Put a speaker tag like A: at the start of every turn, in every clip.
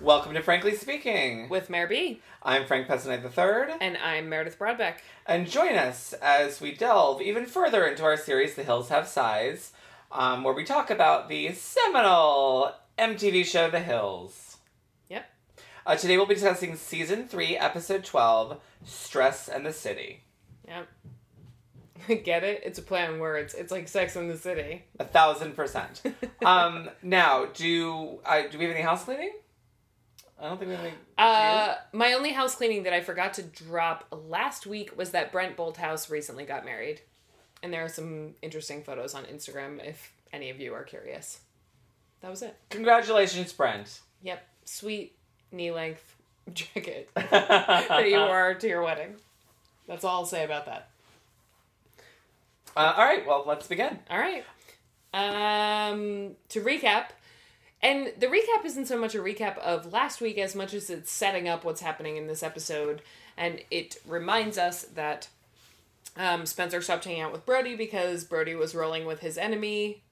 A: Welcome to Frankly Speaking.
B: with Mayor B.
A: I'm Frank Pessanite III,
B: And I'm Meredith Broadbeck.
A: and join us as we delve even further into our series, The Hills Have Size, um, where we talk about the seminal MTV show, The Hills.
B: Yep.
A: Uh, today we'll be discussing Season 3, Episode 12, Stress and the City.
B: Yep. Get it? It's a play on words. It's like Sex in the City.
A: A thousand percent. um, now, do, uh, do we have any house cleaning? I don't think we have any.
B: Uh, my only house cleaning that I forgot to drop last week was that Brent Bolthouse recently got married. And there are some interesting photos on Instagram if any of you are curious. That was it.
A: Congratulations, Brent.
B: Yep. Sweet knee length jacket that
A: there
B: you wore to your wedding. That's all I'll say about that.
A: Uh, all right, well, let's begin.
B: All right. Um, to recap, and the recap isn't so much a recap of last week as much as it's setting up what's happening in this episode, and it reminds us that um, Spencer stopped hanging out with Brody because Brody was rolling with his enemy,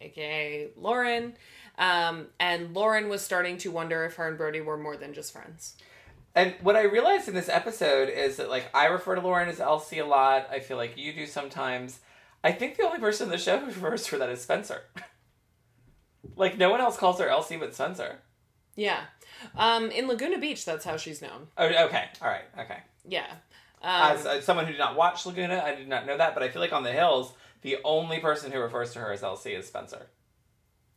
B: aka Lauren, um, and Lauren was starting to wonder if her and Brody were more than just friends.
A: And what I realized in this episode is that, like, I refer to Lauren as Elsie a lot. I feel like you do sometimes. I think the only person in the show who refers to her that is Spencer. like, no one else calls her Elsie but Spencer.
B: Yeah, um, in Laguna Beach, that's how she's known.
A: Oh, okay. All right. Okay.
B: Yeah, um,
A: As, as someone who did not watch Laguna, I did not know that, but I feel like on the hills, the only person who refers to her as Elsie is Spencer.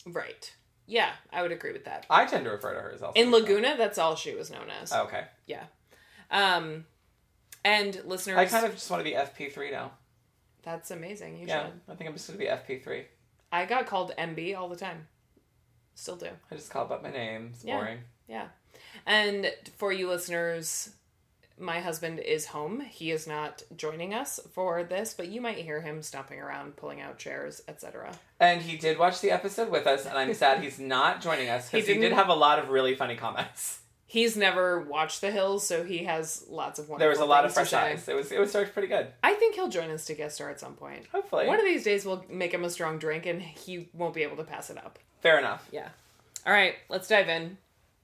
B: right. Yeah, I would agree with that.
A: I tend to refer to her as Elsie.
B: In Laguna, that's all she was known as.
A: Okay.
B: Yeah. Um, and listeners,
A: I kind of just want to be FP3 now.
B: that's amazing. You
A: Yeah.
B: should.
A: I think I'm just going to be FP3.
B: I got called MB all the time. Still do.
A: I just call it by my name. It's
B: Yeah.
A: boring.
B: Yeah. And for you listeners, my husband is home. He is not joining us for this, but you might hear him stomping around, pulling out chairs, etc.
A: And he did watch the episode with us, and I'm sad he's not joining us because
B: He
A: he, did
B: didn't-
A: have a lot of really funny comments.
B: He's never watched The Hills, so he has lots of wonderful.
A: There was a lot of
B: things
A: fresh
B: to say.
A: eyes. It was it was served pretty good.
B: I think he'll join us to guest star at some point.
A: Hopefully,
B: One of these days, we'll make him a strong drink, and he won't be able to pass it up.
A: fair enough.
B: Yeah. All right, let's dive in.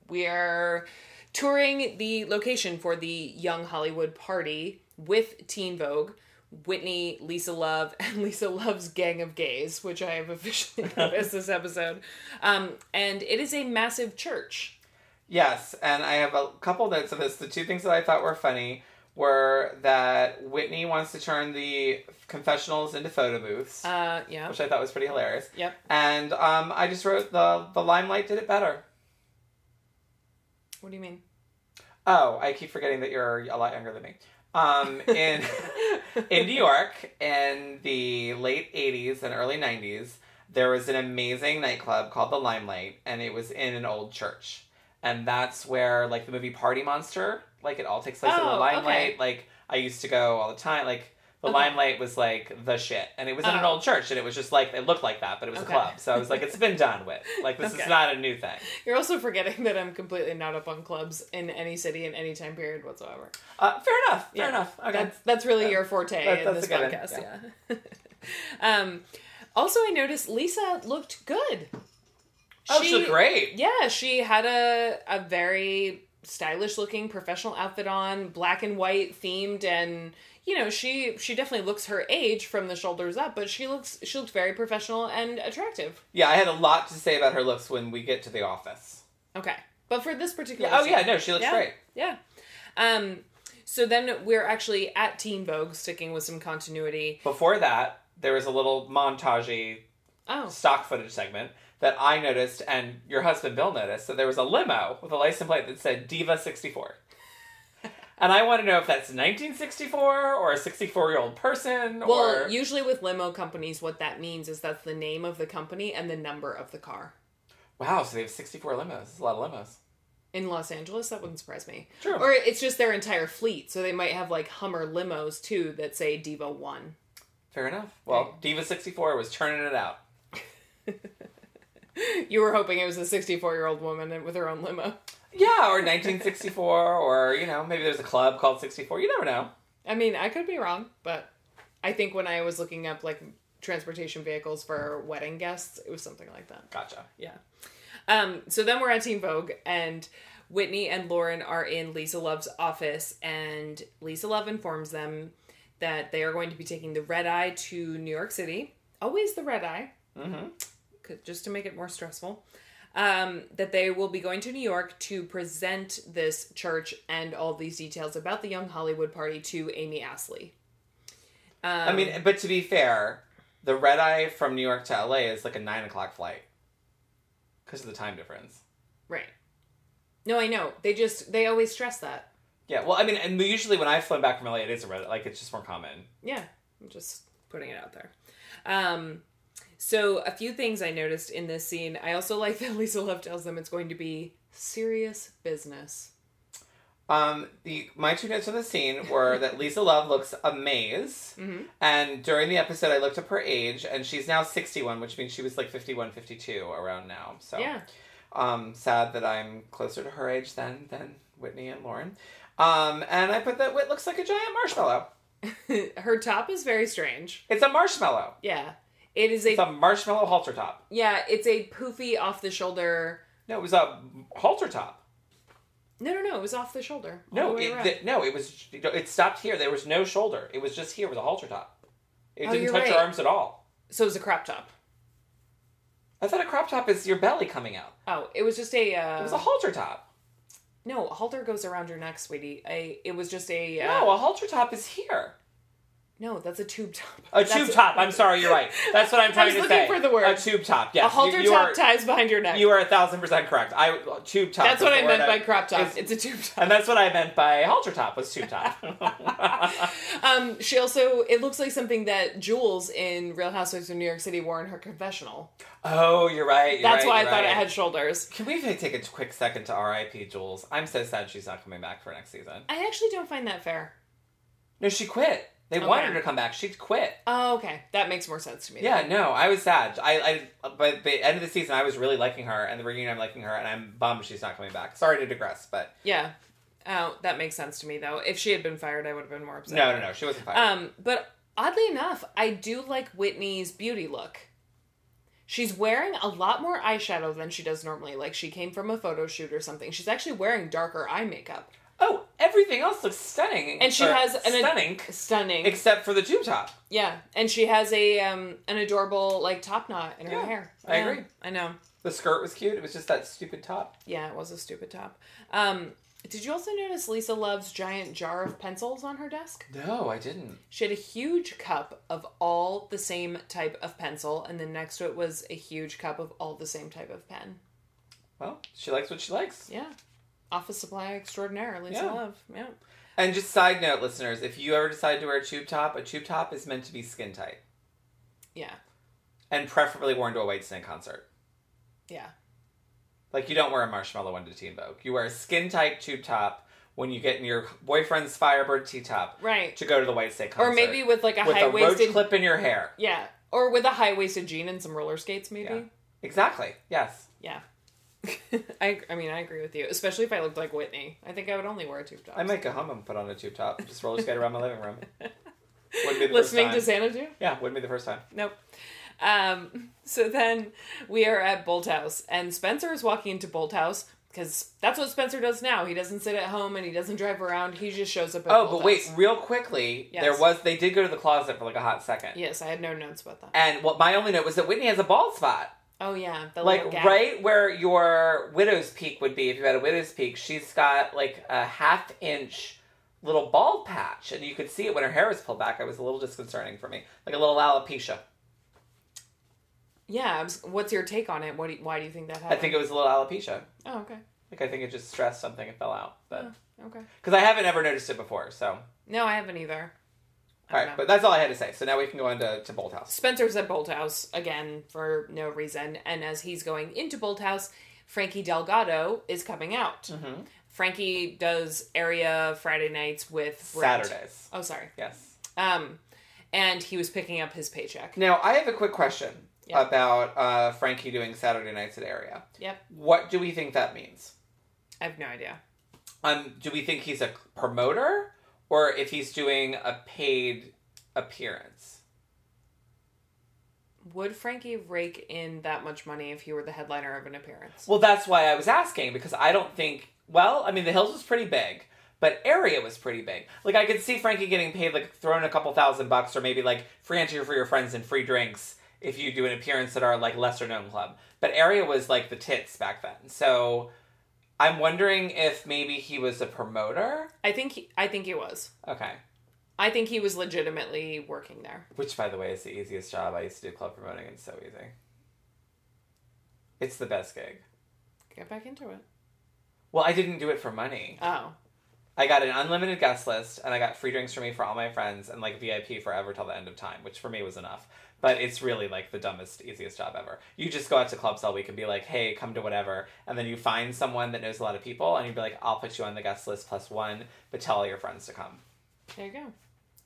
B: We are touring the location for the Young Hollywood party with Teen Vogue, Whitney, Lisa Love, and Lisa Love's Gang of Gays, which I have officially noticed this episode. Um, and it is a massive church.
A: Yes, and I have a couple notes of this. The two things that I thought were funny were that Whitney wants to turn the confessionals into photo booths,
B: Uh, yeah.
A: which I thought was pretty hilarious.
B: Yep.
A: And um, I just wrote the the limelight did it better.
B: What do you mean?
A: Oh, I keep forgetting that you're a lot younger than me. Um, in in New York in the late '80s and early '90s, there was an amazing nightclub called the Limelight, and it was in an old church, and that's where like the movie Party Monster, like it all takes place in the
B: Oh,
A: Limelight.
B: okay.
A: Like I used to go all the time. Like the
B: Okay.
A: Limelight was like the shit, and it was in an
B: Oh.
A: old church, and it was just like it looked like that, but it was
B: Okay.
A: a club. So I was like, it's been done with. Like this
B: Okay.
A: is not a new thing.
B: You're also forgetting that I'm completely not up on clubs in any city in any time period whatsoever.
A: Uh, fair enough. Fair
B: Yeah.
A: enough. Okay.
B: That's that's really
A: Yeah.
B: your forte
A: That-
B: in
A: that's
B: this
A: a good one,
B: podcast. Yeah. um, also, I noticed Lisa looked good.
A: oh, she looked great.
B: Yeah, she had a a very stylish looking professional outfit on, black and white themed, and you know she she definitely looks her age from the shoulders up, but she looks she looked very professional and attractive.
A: Yeah, I had a lot to say about her looks when we get to the office.
B: Okay, but for this particular
A: Yeah, oh
B: scene-
A: yeah, no, she looks
B: yeah.
A: great.
B: Yeah. Um. So then we're actually at Teen Vogue, sticking with some continuity.
A: Before that, there was a little montagey
B: Oh,
A: stock footage segment that I noticed and your husband Bill noticed that there was a limo with a license plate that said Diva 64. and I want to know if that's 1964 or a 64 year old person
B: Well,
A: or
B: usually with limo companies, what that means is that's the name of the company and the number of the car.
A: Wow, so they have 64 limos. That's a lot of limos.
B: In Los Angeles, that wouldn't surprise me.
A: True.
B: Or it's just their entire fleet, so they might have like Hummer limos too that say Diva One.
A: Fair enough. Well, Diva 64 was turning it out.
B: You were hoping it was a sixty-four-year-old woman with her own limo.
A: Yeah, or 1964 or, you know, maybe there's a club called 64. You never know.
B: I mean, I could be wrong, but I think when I was looking up like transportation vehicles for wedding guests. It was something like that.
A: Gotcha.
B: Yeah. Um, so then we're at Teen Vogue, and Whitney and Lauren are in Lisa Love's office, and Lisa Love informs them that they are going to be taking the red eye to New York City. Always the red eye,
A: Mm-hmm.
B: 'cause- just to make it more stressful. Um, that they will be going to New York to present this church and all these details about the Young Hollywood Party to Amy Astley. Um,
A: I mean, but to be fair, the red eye from New York to LA is like a nine o'clock flight because of the time difference.
B: right? No, I know. They just they always stress that.
A: Yeah, well, I mean, and usually when I've flown back from LA, it is a red. Like it's just more common.
B: Yeah, I'm just putting it out there. Um, so a few things I noticed in this scene. I also like that Lisa Love tells them it's going to be serious business.
A: Um, the my two notes on the scene were that Lisa Love looks amazed,
B: Mhm.
A: and during the episode, I looked up her age, and she's now sixty-one, which means she was like 51, 52 around now. So
B: Yeah,
A: Um, sad that I'm closer to her age than than Whitney and Lauren. Um, and I put that Whit looks like a giant marshmallow.
B: her top is very strange.
A: It's a marshmallow.
B: Yeah, it is a
A: It's a marshmallow halter top.
B: yeah, it's a poofy off the shoulder.
A: No, it was a halter top.
B: No, no, no, it was off the shoulder. all
A: No,
B: the way
A: it,
B: around.
A: th- no, it was it stopped here. There was no shoulder. It was just here. It was a halter top. It
B: Oh,
A: didn't
B: you're
A: touch your
B: right.
A: arms at all.
B: so it was a crop top.
A: I thought a crop top is your belly coming out.
B: Oh, it was just a uh,
A: It was a halter top.
B: no a halter goes around your neck, sweetie. A it was just a uh,
A: No, a halter top is here.
B: no, that's a tube top.
A: A
B: That's
A: tube top. I'm sorry, you're right. That's what I'm trying
B: was
A: to
B: looking
A: say.
B: for the word.
A: A tube top. Yes,
B: A halter
A: you, you
B: top
A: are,
B: ties behind your neck.
A: You are a thousand percent correct. I tube top.
B: That's what
A: is
B: I
A: the
B: meant
A: word
B: by crop top.
A: is-
B: It's, a tube top.
A: and that's what I meant by halter top was tube top.
B: Um, she also it looks like something that Jules in Real Housewives of New York City wore in her confessional.
A: oh, you're right. you're
B: That's
A: right,
B: why I
A: you're
B: thought it
A: right.
B: had shoulders.
A: Can we take a quick second to R.I.P. Jules? I'm so sad she's not coming back for next season.
B: I actually don't find that fair.
A: No, she quit. They
B: Okay.
A: wanted her to come back. She quit.
B: Oh, okay, that makes more sense to me.
A: Yeah, no, I was sad. I, I by the end of the season, I was really liking her, and the reunion, I'm liking her, and I'm bummed she's not coming back. Sorry to digress, but
B: yeah. Oh, that makes sense to me though. If she had been fired, I would have been more upset.
A: no, no, no, she wasn't fired.
B: Um, but oddly enough, I do like Whitney's beauty look. She's wearing a lot more eyeshadow than she does normally. Like she came from a photo shoot or something. She's actually wearing darker eye makeup.
A: oh, everything else looks stunning,
B: And she
A: or
B: has an-
A: Uh, stunning,
B: Stunning.
A: except for the tube top.
B: Yeah, and she has a um an adorable like top knot in her
A: Yeah,
B: hair.
A: I
B: Yeah,
A: agree.
B: I know.
A: The skirt was cute. It was just that stupid top.
B: Yeah, it was a stupid top. Um, did you also notice Lisa Love's giant jar of pencils on her desk?
A: No, I didn't.
B: She had a huge cup of all the same type of pencil, and then next to it was a huge cup of all the same type of pen.
A: Well, she likes what she likes.
B: Yeah. Office supply extraordinaire, Lisa
A: Yeah.
B: Love. Yeah.
A: And just side note, listeners, if you ever decide to wear a tube top, a tube top is meant to be skin tight
B: Yeah.
A: and preferably worn to a White Snake concert.
B: Yeah.
A: Like you don't wear a marshmallow one to Teen Vogue. You wear a skin tight tube top when you get in your boyfriend's Firebird tee top
B: Right.
A: to go to the White Snake concert.
B: Or maybe with like a
A: with
B: high
A: a roach
B: waisted
A: clip in your hair.
B: Yeah. Or with a high waisted jean and some roller skates maybe.
A: Yeah. Exactly. Yes.
B: Yeah. I, I mean, I agree with you, especially if I looked like Whitney. I think I would only wear a tube top.
A: I might go home and put on a tube top and just roller skate around my living room. Wouldn't be the
B: Listening to
A: first time.
B: Xanadu?
A: yeah, wouldn't be the first time.
B: Nope. Um, so then we are at Bolt House, and Spencer is walking into Bolt House because that's what Spencer does now. He doesn't sit at home and he doesn't drive around. He just shows up at
A: Oh,
B: Bolt
A: but wait,
B: House.
A: real quickly,
B: Yes.
A: there was they did go to the closet for like a hot second.
B: Yes, I had no notes about that.
A: And what my only note was that Whitney has a bald spot,
B: Oh, yeah. The
A: like
B: little gap.
A: right where your widow's peak would be if you had a widow's peak. She's got like a half inch little bald patch, and you could see it when her hair was pulled back. It was a little disconcerting for me, like a little alopecia.
B: Yeah. I was- what's your take on it? What do you- why do you think that
A: I
B: happened?
A: think it was a little alopecia.
B: Oh, okay.
A: Like I think it just stressed something and fell out, but
B: Okay.
A: because I haven't ever noticed it before, so.
B: No, I haven't either. I
A: All
B: don't
A: right,
B: know.
A: but that's all I had to say. So now we can go on to, to Bold House.
B: Spencer's at Bolt House again for no reason, and as he's going into Bolt House, Frankie Delgado is coming out.
A: Mhm.
B: Frankie does area Friday nights with Brett.
A: Saturdays.
B: Oh, sorry.
A: Yes.
B: Um, and he was picking up his paycheck.
A: Now, I have a quick question
B: Yeah.
A: about uh, Frankie doing Saturday nights at Area.
B: Yep,
A: What do we think that means?
B: I have no idea.
A: Um, do we think he's a promoter, or if he's doing a paid appearance?
B: Would Frankie rake in that much money if he were the headliner of an appearance?
A: Well, that's why I was asking because I don't think. Well, I mean, The Hills was pretty big, but Area was pretty big. Like I could see Frankie getting paid like thrown a couple thousand bucks or maybe like free entry for your friends and free drinks if you do an appearance at our like lesser known club. But Area was like the tits back then, so I'm wondering if maybe he was a promoter.
B: I think he, I think he was.
A: Okay,
B: I think he was legitimately working there.
A: which by the way is the easiest job. I used to do club promoting. It's so easy. It's the best gig.
B: Get back into it.
A: Well, I didn't do it for money.
B: Oh,
A: I got an unlimited guest list and I got free drinks for me for all my friends and like VIP forever till the end of time, which for me was enough. But it's really like the dumbest, easiest job ever. You just go out to clubs all week and be like, hey, come to whatever. And then you find someone that knows a lot of people and you'd be like, I'll put you on the guest list plus one, but tell all your friends to come.
B: there you go.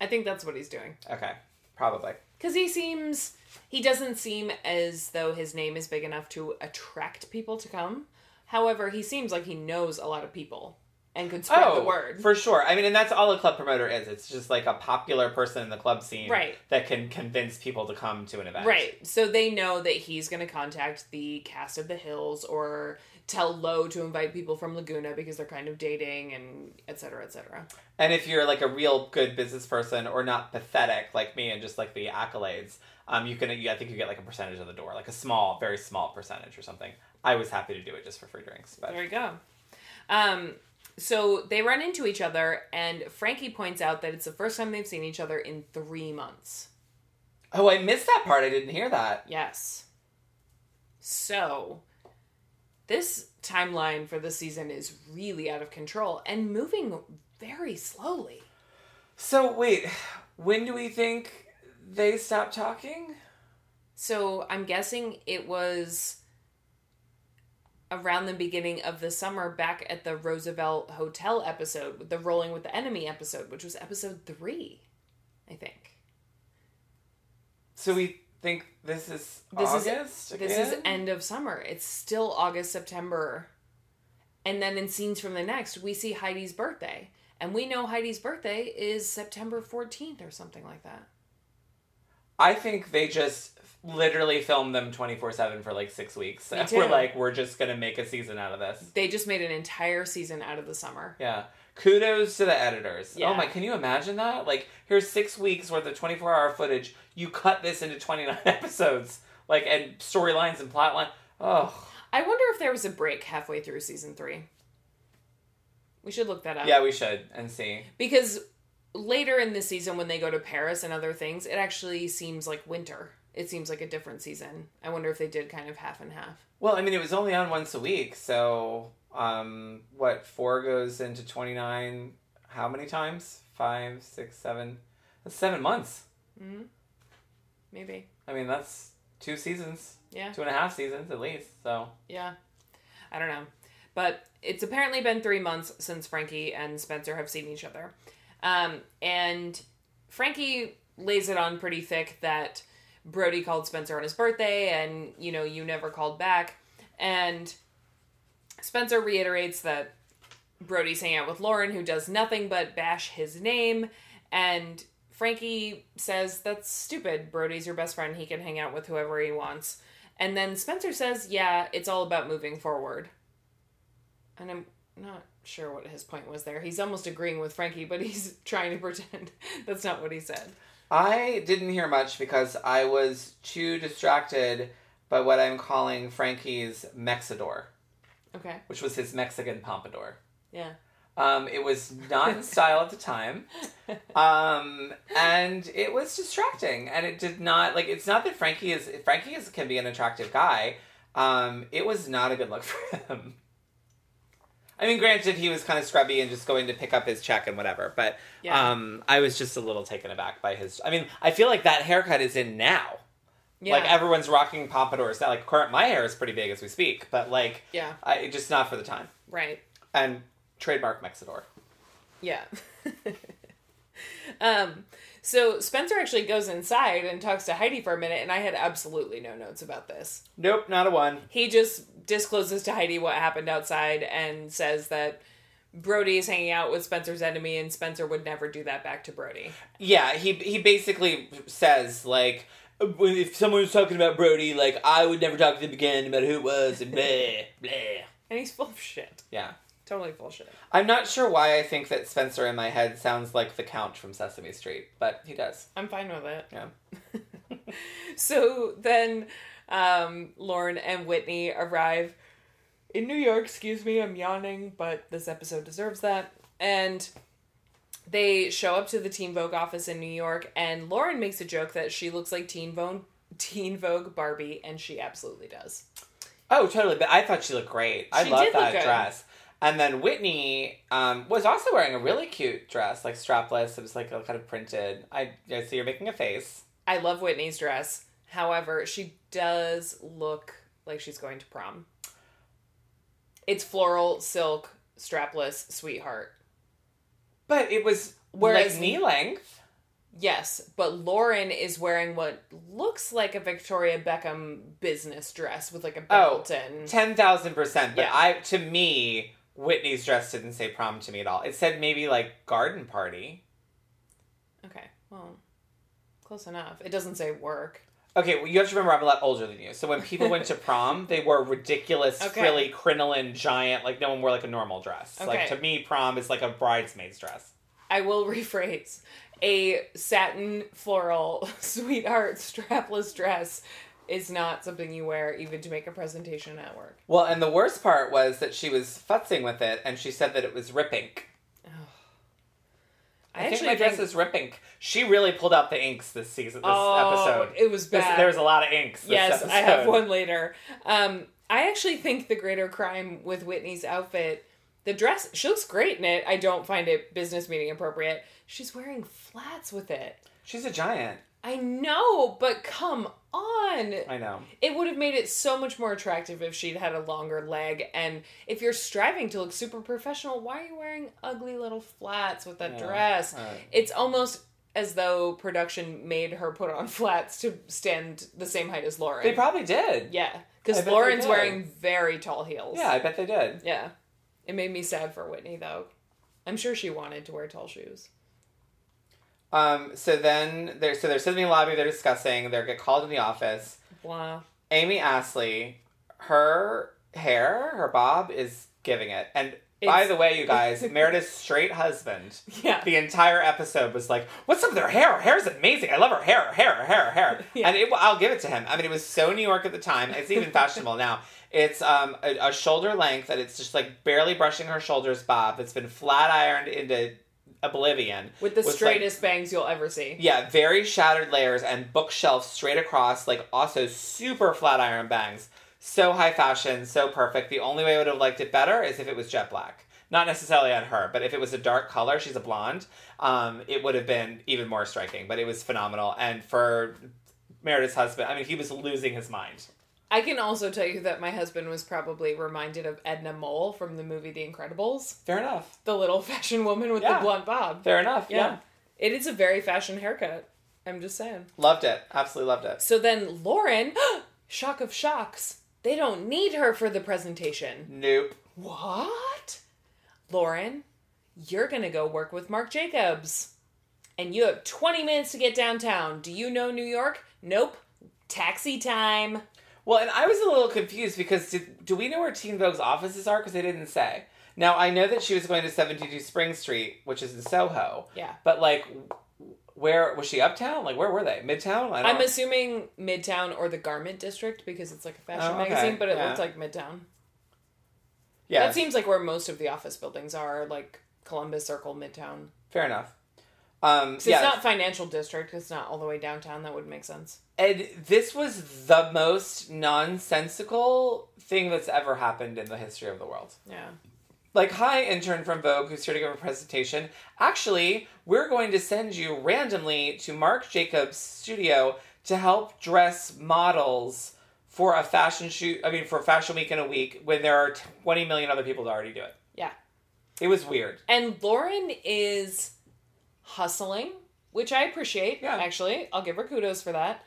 B: I think that's what he's doing.
A: Okay, probably.
B: Because he seems, he doesn't seem as though his name is big enough to attract people to come. However, he seems like he knows a lot of people and could spread the word.
A: Oh, for sure. I mean, and that's all a club promoter is. It's just like a popular person in the club scene
B: Right.
A: that can convince people to come to an event.
B: Right. So they know that he's going to contact the cast of The Hills or tell Lowe to invite people from Laguna because they're kind of dating and et cetera, et cetera.
A: And if you're like a real good business person or not pathetic like me and just like the accolades, um, you can I think you get like a percentage of the door, like a small, very small percentage or something. I was happy to do it just for free drinks, but
B: There you go. Um, so they run into each other, and Frankie points out that it's the first time they've seen each other in three months.
A: oh, I missed that part. I didn't hear that.
B: Yes. So, this timeline for the season is really out of control and moving very slowly.
A: So wait, when do we think they stop talking?
B: So I'm guessing it was around the beginning of the summer back at the Roosevelt Hotel episode, with the Rolling with the Enemy episode, which was episode three, I think.
A: So we think this is
B: This is-
A: August.
B: This is
A: again?
B: end of summer. It's still August, September. And then in scenes from the next, we see Heidi's birthday. And we know Heidi's birthday is September 14th or something like that.
A: I think they just literally filmed them twenty four seven for like six weeks.
B: Me too.
A: We're like, we're just gonna make a season out of this.
B: They just made an entire season out of the summer.
A: Yeah. Kudos to the editors.
B: Yeah.
A: Oh my, can you imagine that? Like, here's six weeks worth of 24 hour footage. You cut this into 29 episodes, like, and storylines and plotline. Oh,
B: I wonder if there was a break halfway through season three. We should look that up.
A: yeah, we should and see.
B: Because later in the season, when they go to Paris and other things, it actually seems like winter. It seems like a different season. I wonder if they did kind of half and half.
A: Well, I mean, it was only on once a week, so, um, what, four goes into 29 how many times? Five, six, seven. That's seven months.
B: Maybe.
A: I mean, that's two seasons,
B: Yeah.
A: two and a half seasons at least, so.
B: Yeah. I don't know. But it's apparently been three months since Frankie and Spencer have seen each other. Um, and Frankie lays it on pretty thick that Brody called Spencer on his birthday and, you know, you never called back. And Spencer reiterates that Brody's hanging out with Lauren, who does nothing but bash his name. And Frankie says, That's stupid. Brody's your best friend. He can hang out with whoever he wants. And then Spencer says, Yeah, it's all about moving forward. And I'm not sure what his point was there. He's almost agreeing with Frankie, but he's trying to pretend that's not what he said.
A: I didn't hear much because I was too distracted by what I'm calling Frankie's Mexador,
B: Okay.
A: which was his Mexican pompadour.
B: Yeah.
A: Um, it was not in style at the time. Um, and it was distracting. And it did not, like, it's not that Frankie is, Frankie is, can be an attractive guy. Um, it was not a good look for him. I mean, granted, he was kind of scrubby and just going to pick up his check and whatever, but
B: Yeah.
A: um, I was just a little taken aback by his. I mean, I feel like that haircut is in now.
B: Yeah.
A: Like everyone's rocking pompadours now. Like current, my hair is pretty big as we speak, but like,
B: yeah.
A: I just not for the time.
B: Right.
A: And trademark Mexador.
B: Yeah. um, so Spencer actually goes inside and talks to Heidi for a minute, and I had absolutely no notes about this.
A: Nope, not a one.
B: He just discloses to Heidi what happened outside and says that Brody is hanging out with Spencer's enemy, and Spencer would never do that back to Brody.
A: Yeah, he he basically says like
C: when- if someone was talking about Brody, like I would never talk to them again, no matter who it was, and blah blah.
B: And he's full of shit.
A: Yeah.
B: Totally full of shit.
A: I'm not sure why I think that Spencer in my head sounds like the Count from Sesame Street, but he does.
B: I'm fine with it.
A: Yeah.
B: so then um, Lauren and Whitney arrive in New York. Excuse me, I'm yawning, but this episode deserves that. And they show up to the Teen Vogue office in New York, and Lauren makes a joke that she looks like Teen Vogue, Teen Vogue Barbie, and she absolutely does.
A: Oh, totally. But I thought she looked great. I
B: She
A: love
B: did look
A: that
B: good.
A: dress. And then Whitney um, was also wearing a really cute dress, like strapless. It was like a kind of printed. I, I see you're making a face.
B: I love Whitney's dress. However, she does look like she's going to prom. It's floral, silk, strapless, sweetheart.
A: But it was
B: Whereas-
A: like knee length.
B: Yes, but Lauren is wearing what looks like a Victoria Beckham business dress with like a
A: Oh,
B: belt and
A: Ten thousand percent. But
B: Yeah.
A: I to me, Whitney's dress didn't say prom to me at all. It said maybe like garden party.
B: okay, well, close enough. It doesn't say work.
A: Okay, well, you have to remember I'm a lot older than you. So when people went to prom, they wore ridiculous,
B: Okay.
A: frilly, crinoline, giant. Like no one wore like a normal dress. Like
B: Okay.
A: to me, prom is like a bridesmaid's dress.
B: I will rephrase: a satin floral sweetheart strapless dress is not something you wear even to make a presentation at work.
A: Well, and the worst part was that she was futzing with it, and she said that it was rip ink. I, think my dress is rip ink. She really pulled out the inks this season, this
B: oh,
A: episode.
B: it was
A: This-
B: bad.
A: there was a lot of inks. This
B: yes, I have
A: episode.
B: one later. Um, I actually think the greater crime with Whitney's outfit, the dress, she looks great in it. I don't find it business meeting appropriate. She's wearing flats with it.
A: She's a giant.
B: I know, but come on.
A: I know.
B: It would have made it so much more attractive if she'd had a longer leg. And if you're striving to look super professional, why are you wearing ugly little flats with that
A: Yeah, uh,
B: dress?
A: right.
B: It's almost as though production made her put on flats to stand the same height as Lauren.
A: They probably did.
B: Yeah,
A: I
B: because
A: bet they
B: Lauren's
A: did.
B: wearing very tall heels.
A: Yeah, I bet they did.
B: yeah. It made me sad for Whitney though. I'm sure she wanted to wear tall shoes.
A: Um, so then they're so they're sitting in the lobby, they're discussing, they get called in the office.
B: Blah.
A: Amy Astley, her hair, her bob is giving it. And by
B: It's-
A: the way, you guys, Meredith's straight husband,
B: Yeah.
A: the entire episode was like, What's up with her hair? Her hair's amazing. I love her hair, her hair, her hair, her hair.
B: Yeah.
A: And it, I'll give it to him. I mean, it was so New York at the time. It's even fashionable now. It's um, a, a shoulder length and it's just like barely brushing her shoulders bob that's been flat ironed into oblivion.
B: With the
A: Was, like,
B: straightest bangs you'll ever see.
A: Yeah, very shattered layers and bookshelves straight across, like also super flat iron bangs. So high fashion, so perfect. The only way I would have liked it better is if it was jet black. Not necessarily on her, but if it was a dark color, she's a blonde, um, it would have been even more striking. But it was phenomenal. And for Meredith's husband, I mean, he was losing his mind.
B: I can also tell you that my husband was probably reminded of Edna Mole from the movie The Incredibles,
A: Fair enough.
B: the little fashion woman with
A: Yeah.
B: the blunt bob.
A: Fair enough. Yeah.
B: It is a very fashion haircut. I'm just saying.
A: Loved it. Absolutely loved it.
B: So then Lauren, shock of shocks, they don't need her for the presentation.
A: Nope.
B: What? Lauren, you're going to go work with Marc Jacobs. And you have 20 minutes to get downtown. Do you know New York? Nope. Taxi time.
A: Well, and I was a little confused because did, do we know where Teen Vogue's offices are? Because they didn't say. Now I know that she was going to seventy two Spring Street, which is in Soho.
B: Yeah.
A: But like, w- where was she uptown? Like, where were they? Midtown? I
B: I'm
A: don't.
B: assuming Midtown or the Garment District because it's like a fashion
A: Oh, okay.
B: magazine, but it
A: Yeah.
B: looks like Midtown.
A: yeah.
B: That seems like where most of the office buildings are, like Columbus Circle, Midtown.
A: fair enough. Um,
B: 'Cause
A: yeah.
B: It's not financial district. It's not all the way downtown. That would make sense.
A: and this was the most nonsensical thing that's ever happened in the history of the world.
B: Yeah.
A: like hi intern from vogue who's here to give a presentation actually we're going to send you randomly to mark jacobs studio to help dress models for a fashion shoot i mean for fashion week in a week when there are 20 million other people that already do it
B: Yeah.
A: it was weird
B: And Lauren is hustling, which I appreciate,
A: Yeah.
B: actually. I'll give her kudos for that.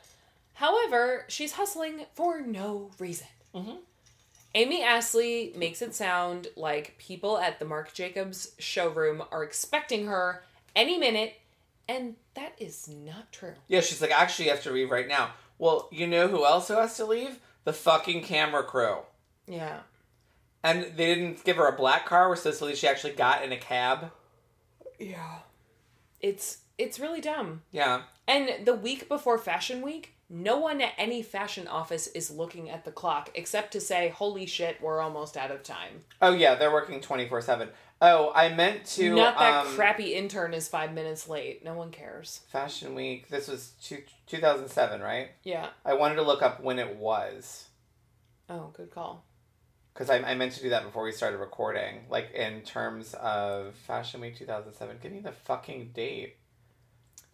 B: However, she's hustling for no reason.
A: Mhm.
B: Amy Astley makes it sound like people at the Marc Jacobs showroom are expecting her any minute, And that is not true.
A: Yeah, she's like, actually, you have to leave right now. Well, you know who else who has to leave? The fucking camera crew.
B: Yeah.
A: And they didn't give her a black car where Cicely she actually got in a cab.
B: Yeah. It's it's really dumb.
A: Yeah.
B: And the week before Fashion Week, no one at any fashion office is looking at the clock except to say, "Holy shit, we're almost out of time."
A: Oh yeah, they're working twenty four seven. Oh, I meant to
B: Not that
A: um,
B: crappy intern is 5 minutes late. No one cares.
A: Fashion Week. This was two, 2007, right?
B: Yeah.
A: I wanted to look up when it was
B: Oh, good call.
A: because I, I meant to do that before we started recording. Like in terms of Fashion Week 2007, give me the fucking date.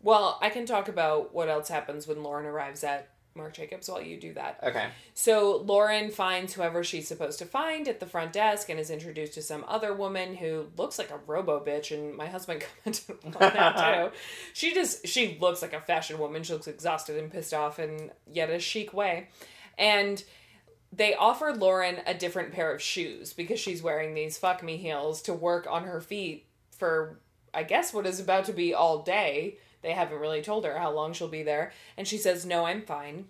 B: Well, I can talk about what else happens when Lauren arrives at Mark Jacobs while you do that.
A: Okay.
B: So Lauren finds whoever she's supposed to find at the front desk and is introduced to some other woman who looks like a robo bitch. And my husband commented on that too. She just she looks like a fashion woman. She looks exhausted and pissed off in yet a chic way. And they offer Lauren a different pair of shoes because she's wearing these fuck me heels to work on her feet for I guess what is about to be all day. They haven't really told her how long she'll be there. And she says, No, I'm fine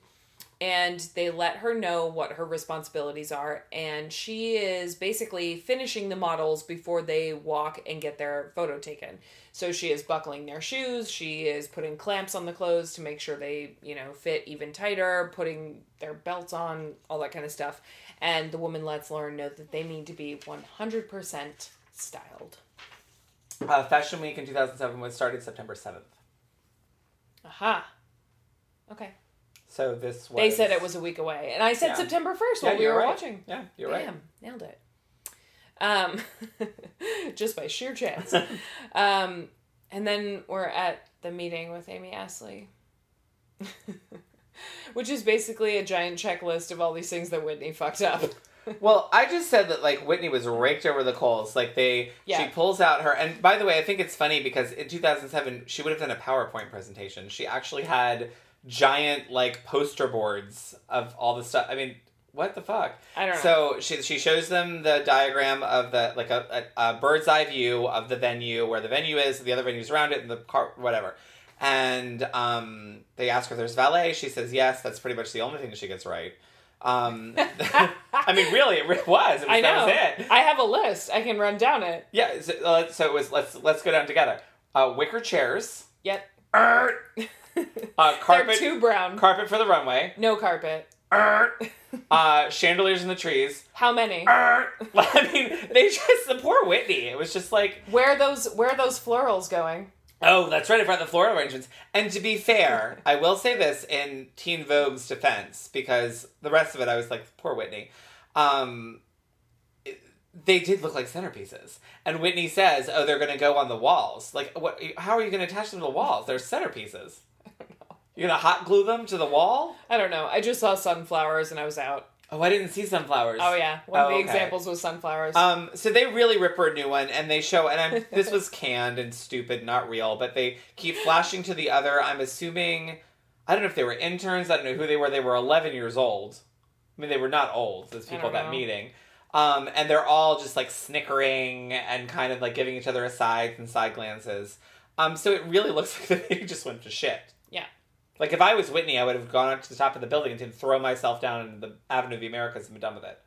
B: and they let her know what her responsibilities are and she is basically finishing the models before they walk and get their photo taken so she is buckling their shoes she is putting clamps on the clothes to make sure they you know fit even tighter putting their belts on all that kind of stuff and the woman lets lauren know that they need to be 100% styled
A: Uh, Fashion Week in 2007 was started September 7th.
B: aha okay
A: So this was.
B: they said it was a week away and i said
A: Yeah.
B: september 1st while we
A: you're
B: were
A: right.
B: watching
A: Yeah, you're right.
B: Damn, nailed it. Um, just by sheer chance. um, and then we're at the meeting with Amy Astley, which is basically a giant checklist of all these things that Whitney fucked up.
A: Well, I just said that like Whitney was raked over the coals. Like they,
B: Yeah.
A: she pulls out her. And by the way, I think it's funny because in 2007 she would have done a PowerPoint presentation. She actually had giant like poster boards of all the stuff. I mean, what the fuck?
B: I don't know.
A: So she she shows them the diagram of the like a, a, a bird's eye view of the venue where the venue is, the other venues around it, and the car whatever. And um, they ask her if there's valet. She says yes. That's pretty much the only thing she gets right. Um, I mean, really, it really was. It was
B: I know.
A: That was it.
B: I have a list. I can run down it.
A: Yeah. So, uh, so it was. Let's let's go down together. Uh, wicker chairs.
B: Yep.
A: Err. Uh,
B: They're
A: carpet.
B: too brown.
A: Carpet for the runway.
B: no carpet.
A: Err. Uh, chandeliers in the trees.
B: How many?
A: "Arr." I mean, they just the poor Whitney. It was just like,
B: Where are those where are those florals going?
A: oh, that's right, I forgot the floral arrangements. And to be fair, I will say this in Teen Vogue's defense because the rest of it, I was like, poor Whitney. Um, it- they did look like centerpieces, and Whitney says, "Oh, they're going to go on the walls. Like, what? How are you going to attach them to the walls? They're centerpieces. You're going to hot glue them to the wall?
B: I don't know. I just saw sunflowers and I was out.
A: Oh, I didn't see sunflowers.
B: Oh yeah. One of
A: Oh,
B: the
A: okay.
B: examples was sunflowers.
A: Um, so they really rip her a new one, and they show, and I'm, this was canned and stupid, not real, but they keep flashing to the other. I'm assuming, I don't know if they were interns, I don't know who they were. They were 11 years old. I mean, they were not old, those people
B: don't
A: at that
B: know.
A: meeting. Um, and they're all just like snickering and kind of like giving each other a side and side glances. Um, so it really looks like the meeting just went to shit.
B: Yeah.
A: Like if I was Whitney, I would have gone up to the top of the building and then throw myself down in the Avenue of the Americas and been done with it.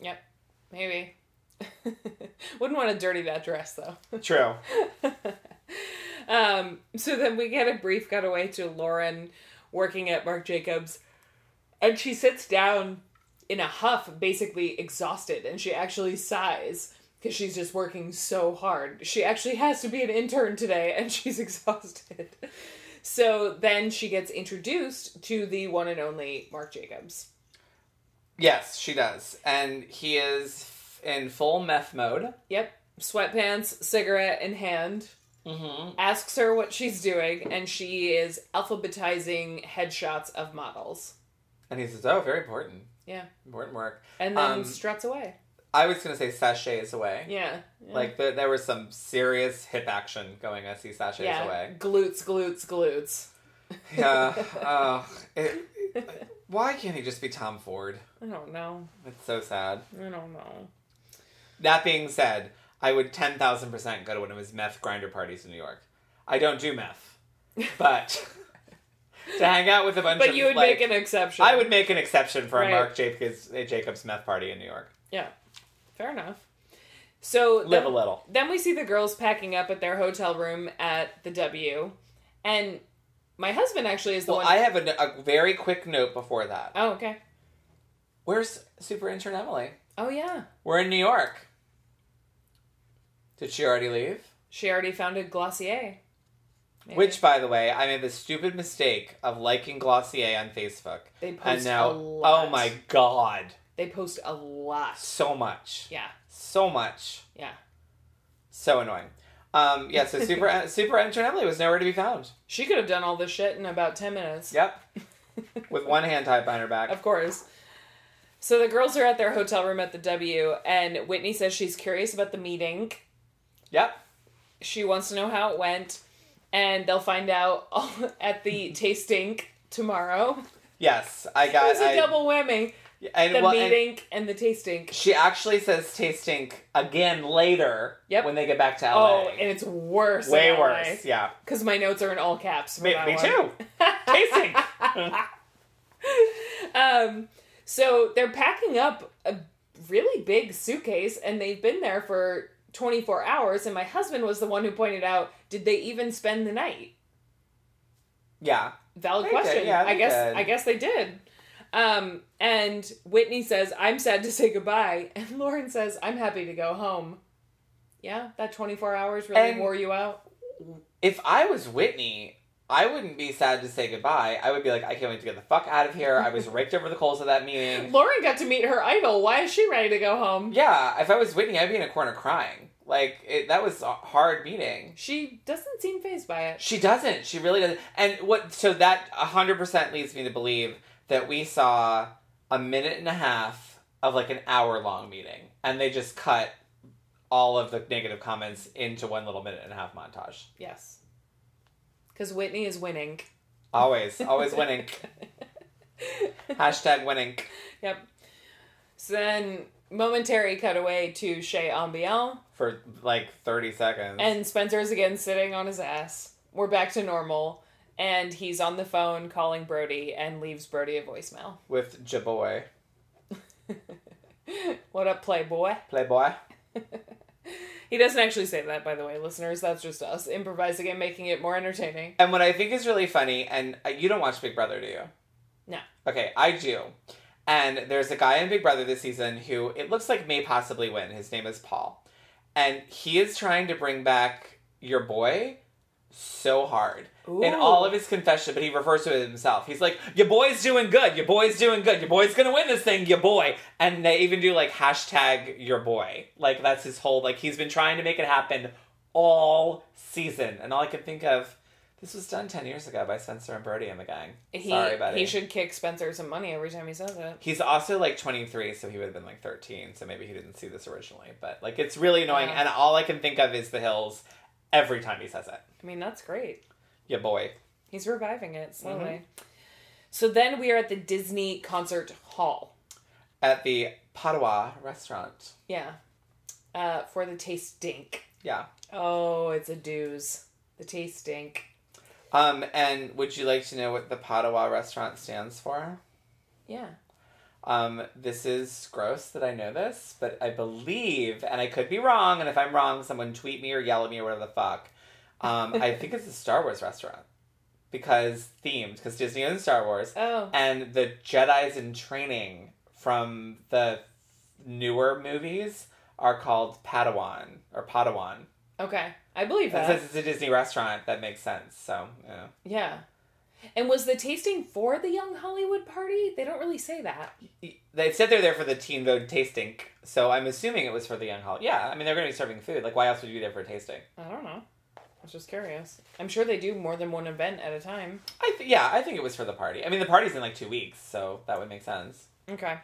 B: Yep, maybe. Wouldn't want to dirty that dress though.
A: True.
B: Um, so then we get a brief getaway to Lauren working at Marc Jacobs, and she sits down in a huff, basically exhausted, and she actually sighs because she's just working so hard. She actually has to be an intern today, and she's exhausted. So then she gets introduced to the one and only Marc Jacobs.
A: Yes, she does. And he is f- in full meth mode.
B: Yep, sweatpants, cigarette in hand.
A: Mm-hmm.
B: asks her what she's doing, and she is alphabetizing headshots of models.
A: And he says, Oh, very important.
B: Yeah.
A: Important work.
B: And then
A: Um,
B: struts away.
A: I was going to say sachets away.
B: Yeah. yeah.
A: Like, there, there was some serious hip action going. I see sachets
B: yeah.
A: away.
B: Glutes, glutes, glutes.
A: Yeah. oh, it, why can't he just be Tom Ford?
B: I don't know.
A: It's so sad.
B: I don't know.
A: That being said, I would 10,000% go to one of his meth grinder parties in New York. I don't do meth. but to hang out with a bunch
B: But
A: of
B: you would
A: like,
B: make an exception.
A: I would make an exception for
B: Right.
A: a Mark Jacobs, a Jacobs meth party in New York.
B: Yeah. Fair enough. So
A: Live
B: then,
A: a little.
B: then we see the girls packing up at their hotel room at the W, and my husband actually is the
A: Well,
B: one.
A: I have a, a very quick note before that.
B: oh okay.
A: Where's Super Intern Emily?
B: Oh yeah.
A: We're in New York. Did she already leave?
B: She already founded Glossier. Maybe.
A: Which, by the way, I made the stupid mistake of liking Glossier on Facebook.
B: they post
A: And now,
B: a lot.
A: oh my god,
B: They post a lot.
A: so much,
B: Yeah.
A: so much,
B: Yeah.
A: so annoying. Um, yeah, so super super intern Emily was nowhere to be found.
B: She could have done all this shit in about ten minutes.
A: Yep, with one hand tied behind her back.
B: Of course. So the girls are at their hotel room at the W, and Whitney says she's curious about the meeting.
A: Yep,
B: She wants to know how it went, and they'll find out all at the tasting tomorrow.
A: yes, I
B: It
A: got
B: was a
A: I-
B: double whammy:
A: Yeah, and,
B: the
A: well, and
B: meeting and, the tasting.
A: she actually says tasting again later.
B: Yep.
A: when they get back to LA.
B: Oh, and it's worse.
A: way worse. Yeah,
B: Because my notes are in all caps. for
A: me,
B: that
A: me
B: one.
A: too. tasting.
B: Um, so they're packing up a really big suitcase and they've been there for 24 hours. And my husband was the one who pointed out, did they even spend the night?
A: Yeah,
B: Valid
A: They did,
B: question.
A: yeah,
B: I
A: they
B: guess
A: did.
B: I guess they did. Um, and Whitney says, I'm sad to say goodbye. And Lauren says, I'm happy to go home. Yeah, that 24 hours really
A: And-
B: wore you out.
A: if I was Whitney, I wouldn't be sad to say goodbye. I would be like, I can't wait to get the fuck out of here. I was raked over the coals of that meeting.
B: Lauren got to meet her idol. Why is she ready to go home?
A: Yeah, if I was Whitney, I'd be in a corner crying. Like it, that was a hard meeting.
B: She doesn't seem phased by it.
A: She doesn't. She really doesn't. And what? So that hundred percent leads me to believe that we saw a minute and a half of like an hour long meeting, and they just cut all of the negative comments into one little minute and a half montage.
B: Yes. Because Whitney is winning.
A: Always, always winning. Hashtag winning.
B: Yep. So then, momentary cutaway to Chez Ambiel,
A: for like 30 seconds.
B: and Spencer is again sitting on his ass. We're back to normal, and he's on the phone calling Brody and leaves Brody a voicemail.
A: with Jaboy.
B: What up, playboy?
A: Playboy.
B: He doesn't actually say that, by the way, listeners. That's just us improvising and making it more entertaining.
A: And what I think is really funny, and uh, you don't watch Big Brother, do you?
B: No.
A: Okay, I do. And there's a guy in Big Brother this season who it looks like may possibly win. His name is Paul. And he is trying to bring back your boy so hard. In all of his confession, but he refers to it himself. He's like, Your boy's doing good. Your boy's doing good. Your boy's going to win this thing. Your boy. And they even do like hashtag your boy. Like, that's his whole, like, he's been trying to make it happen all season. And all I could think of, this was done 10 years ago by Spencer and Brody and the gang.
B: he,
A: Sorry, buddy.
B: He should kick Spencer some money every time he says it.
A: He's also like 23, so he would have been like 13, so maybe he didn't see this originally. But like, it's really annoying.
B: Yeah.
A: And all I can think of is the hills every time he says it.
B: I mean, that's great.
A: Your boy.
B: He's reviving it slowly. So then we are at the Disney concert hall.
A: At the Padua restaurant.
B: Yeah. Uh, for the taste dink.
A: Yeah.
B: Oh, it's a dooz. The taste dink.
A: Um, and would you like to know what the Padua restaurant stands for?
B: Yeah.
A: Um, this is gross that I know this, but I believe, and I could be wrong, and if I'm wrong, someone tweet me or yell at me or whatever the fuck. Um, I think it's a Star Wars restaurant because themed, because Disney owns Star Wars,
B: Oh.
A: and the Jedi's in training from the newer movies are called Padawan or Padawan.
B: Okay. I believe
A: And
B: that.
A: since it's a Disney restaurant, that makes sense. So, yeah.
B: yeah. And was the tasting for the Young Hollywood party? They don't really say that.
A: They said they're there for the teen vogue tasting, so I'm assuming it was for the young Hollywood. Yeah, I mean they're going to be serving food. Like, why else would you be there for a tasting?
B: I don't know. I was just curious. I'm sure they do more than one event at a time.
A: I th- yeah, I think it was for the party. I mean the party's in like two weeks, so that would make sense.
B: Okay.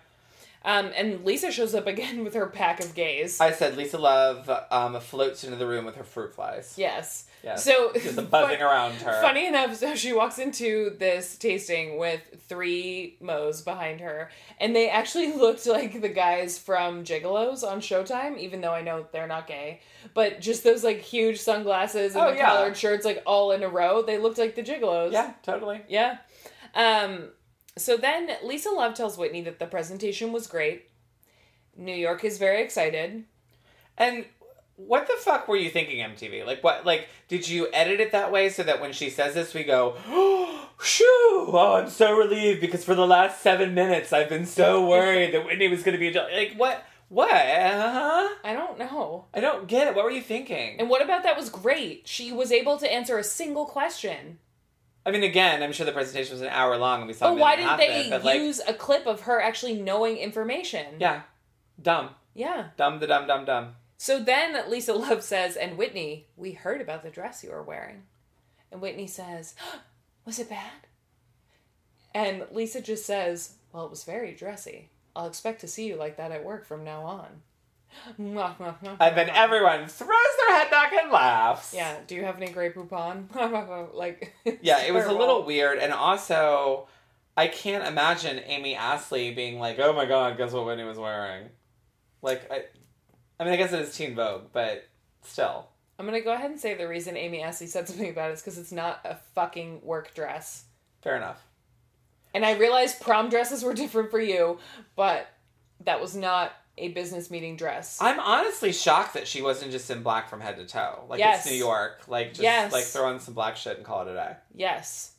B: Um, and Lisa shows up again with her pack of gays.
A: I said Lisa Love um, floats into the room with her fruit flies.
B: yes.
A: Yes.
B: So
A: Just buzzing around her.
B: Funny enough, so she walks into this tasting with three Moes behind her, and they actually looked like the guys from Gigolos on Showtime, even though I know they're not gay. But just those like huge sunglasses and
A: Oh,
B: the
A: yeah.
B: collared shirts, like all in a row, they looked like the Gigolos.
A: Yeah, totally.
B: Yeah. Um, so then Lisa Love tells Whitney that the presentation was great. New York is very excited.
A: And what the fuck were you thinking, MTV? Like, what? Like, did you edit it that way so that when she says this, we go, "Oh, shoo! Oh, I'm so relieved because for the last seven minutes, I've been so worried that Whitney was going to be a jo-" like, what? What? Uh-huh.
B: I don't know.
A: I don't get it. What were you thinking?
B: And what about that was great? She was able to answer a single question.
A: I mean, again, I'm sure the presentation was an hour long, and we saw.
B: But
A: a
B: Oh, why
A: minute and a half
B: didn't
A: of
B: they
A: it, but, like,
B: use a clip of her actually knowing information?
A: yeah, dumb,
B: Yeah.
A: dumb, the dumb, dumb, dumb.
B: So then Lisa Love says, and Whitney, we heard about the dress you were wearing. And Whitney says, was it bad? And Lisa just says, well, it was very dressy. I'll expect to see you like that at work from now on. Mwah, mwah, mwah,
A: And then
B: mwah.
A: everyone throws their head back and laughs.
B: Yeah, do you have any Grey Poupon? like,
A: Yeah, it was a
B: terrible.
A: little weird, and also, I can't imagine Amy Astley being like, "Oh my god, guess what Whitney was wearing." Like, I, I mean, I guess it is Teen Vogue, but still,
B: I'm gonna go ahead and say the reason Amy Astley said something about it is because it's not a fucking work dress.
A: fair enough.
B: And I realized prom dresses were different for you, but that was not a business meeting dress.
A: I'm honestly shocked that she wasn't just in black from head to toe. Like
B: Yes.
A: it's New York. Like just
B: Yes.
A: like throw on some black shit and call it a day.
B: yes.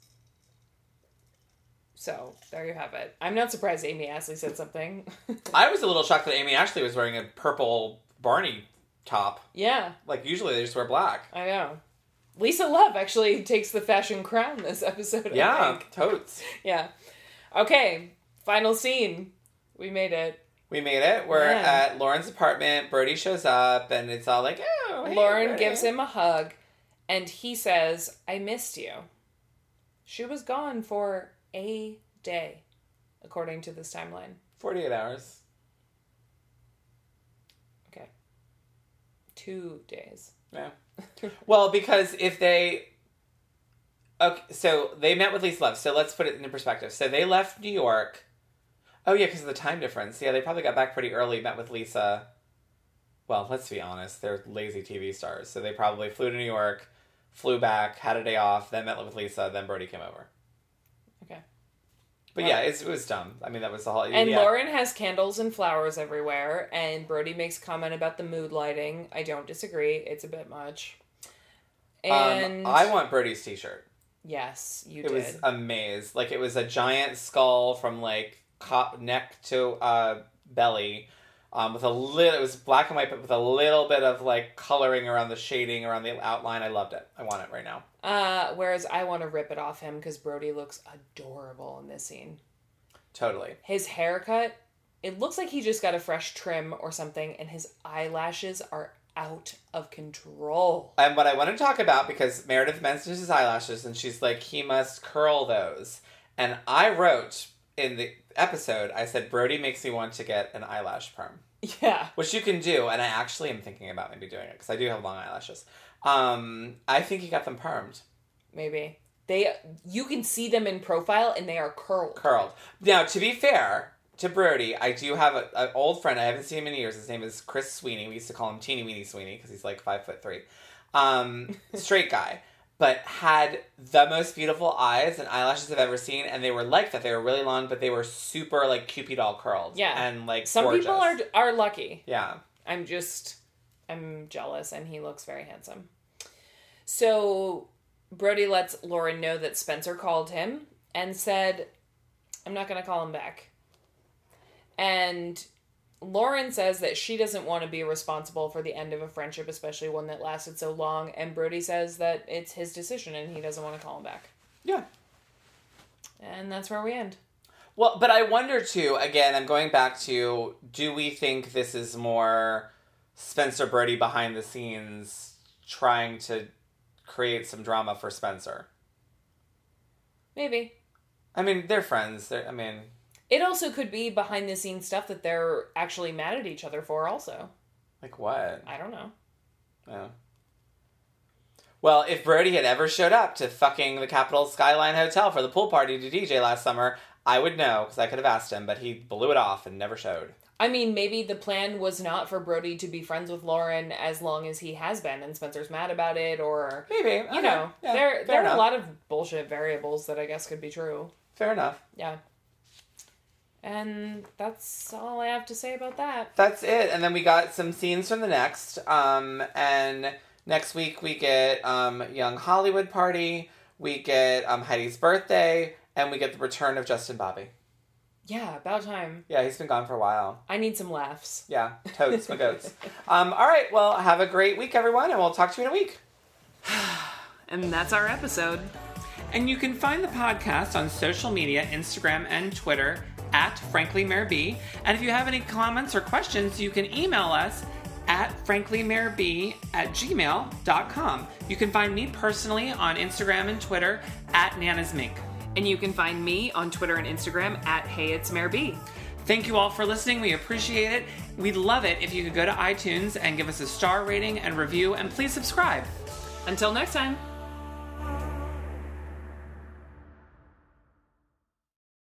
B: So there you have it. I'm not surprised Amy Astley said something.
A: I was a little shocked that Amy Ashley was wearing a purple Barney top.
B: yeah,
A: Like usually they just wear black.
B: I know. Lisa Love actually takes the fashion crown this episode. I
A: Yeah,
B: think.
A: totes.
B: Yeah. Okay. Final scene. We made it.
A: We made it. We're
B: Yeah.
A: at Lauren's apartment. Brody shows up, and it's all like, "Oh, hey,
B: Lauren
A: Brody."
B: gives him a hug and he says, I missed you. She was gone for a day, according to this timeline.
A: 48 hours.
B: Okay. Two days.
A: Yeah. well, because if they. Okay, so they met with Lisa Love. So let's put it into perspective. So they left New York. Oh, yeah, because of the time difference. Yeah, they probably got back pretty early, met with Lisa. Well, let's be honest, they're lazy TV stars. So they probably flew to New York, flew back, had a day off, then met with Lisa, then Brody came over.
B: Okay.
A: But yeah, it's, it was dumb. I mean, that was the whole.
B: And
A: yeah.
B: Lauren has candles and flowers everywhere, and Brody makes comment about the mood lighting. I don't disagree, it's a bit much. And
A: um, I want Brody's T-shirt.
B: yes, you
A: It
B: did.
A: was a maze. Like it was a giant skull from like cop neck to uh, belly, um, with a little. It was black and white, but with a little bit of like coloring around the shading, around the outline. I loved it. I want it right now.
B: uh, whereas I want to rip it off him because Brody looks adorable in this scene.
A: Totally.
B: His haircut, it looks like he just got a fresh trim or something, and his eyelashes are out of control.
A: And what I want to talk about because Meredith mentions his eyelashes, and she's like, he must curl those. And I wrote in the episode, I said Brody makes me want to get an eyelash perm.
B: Yeah.
A: which you can do and i actually am thinking about maybe doing it because i do have long eyelashes um i think he got them permed
B: Maybe. They you can see them in profile and they are curled.
A: curled now to be fair to brody i do have a- an old friend i haven't seen him in years his name is chris sweeney we used to call him teeny weeny sweeney because he's like five foot three um straight guy but had the most beautiful eyes and eyelashes i've ever seen and they were like that they were really long but they were super like cupid all curled
B: Yeah.
A: and like
B: Some
A: gorgeous.
B: people are are lucky.
A: yeah
B: I'm just I'm jealous and he looks very handsome. So Brody lets Lauren know that Spencer called him and said, I'm not gonna call him back. And Lauren says that she doesn't want to be responsible for the end of a friendship, especially one that lasted so long, and Brody says that it's his decision and he doesn't want to call him back.
A: yeah
B: And that's where we end.
A: Well, but I wonder too, again, I'm going back to do we think this is more Spencer Brody behind the scenes trying to create some drama for Spencer?
B: Maybe.
A: I mean, they're friends. They're, I mean,
B: It also could be behind the scenes stuff that they're actually mad at each other for, also.
A: Like what?
B: I don't know.
A: Oh. Well, if Brody had ever showed up to fucking the Capitol Skyline Hotel for the pool party to DJ last summer, I would know because I could have asked him, but he blew it off and never showed.
B: I mean, maybe the plan was not for Brody to be friends with Lauren as long as he has been, and Spencer's mad about it, or.
A: Maybe
B: You know, there, there are a lot of bullshit variables that I guess could be true.
A: Fair enough.
B: Yeah. And that's all I have to say about that.
A: That's it, and then we got some scenes from the next. Um, and next week we get um Young Hollywood Party, we get um Heidi's birthday, and we get the return of Justin Bobby.
B: Yeah, about time.
A: Yeah, he's been gone for a while.
B: I need some laughs.
A: Yeah, totes, my goats. Um, all right, well, have a great week, everyone, and we'll talk to you in a week.
B: And that's our episode.
A: And you can find the podcast on social media, Instagram and Twitter at Frankly Mayor B. And if you have any comments or questions, you can email us at franklymayorb at gmail.com. You can find me personally on Instagram and Twitter at Nana's Mink.
B: And you can find me on Twitter and Instagram at Hey It's Mayor B.
A: Thank you all for listening. We appreciate it. We'd love it if you could go to iTunes and give us a star rating and review, and please subscribe.
B: Until next time.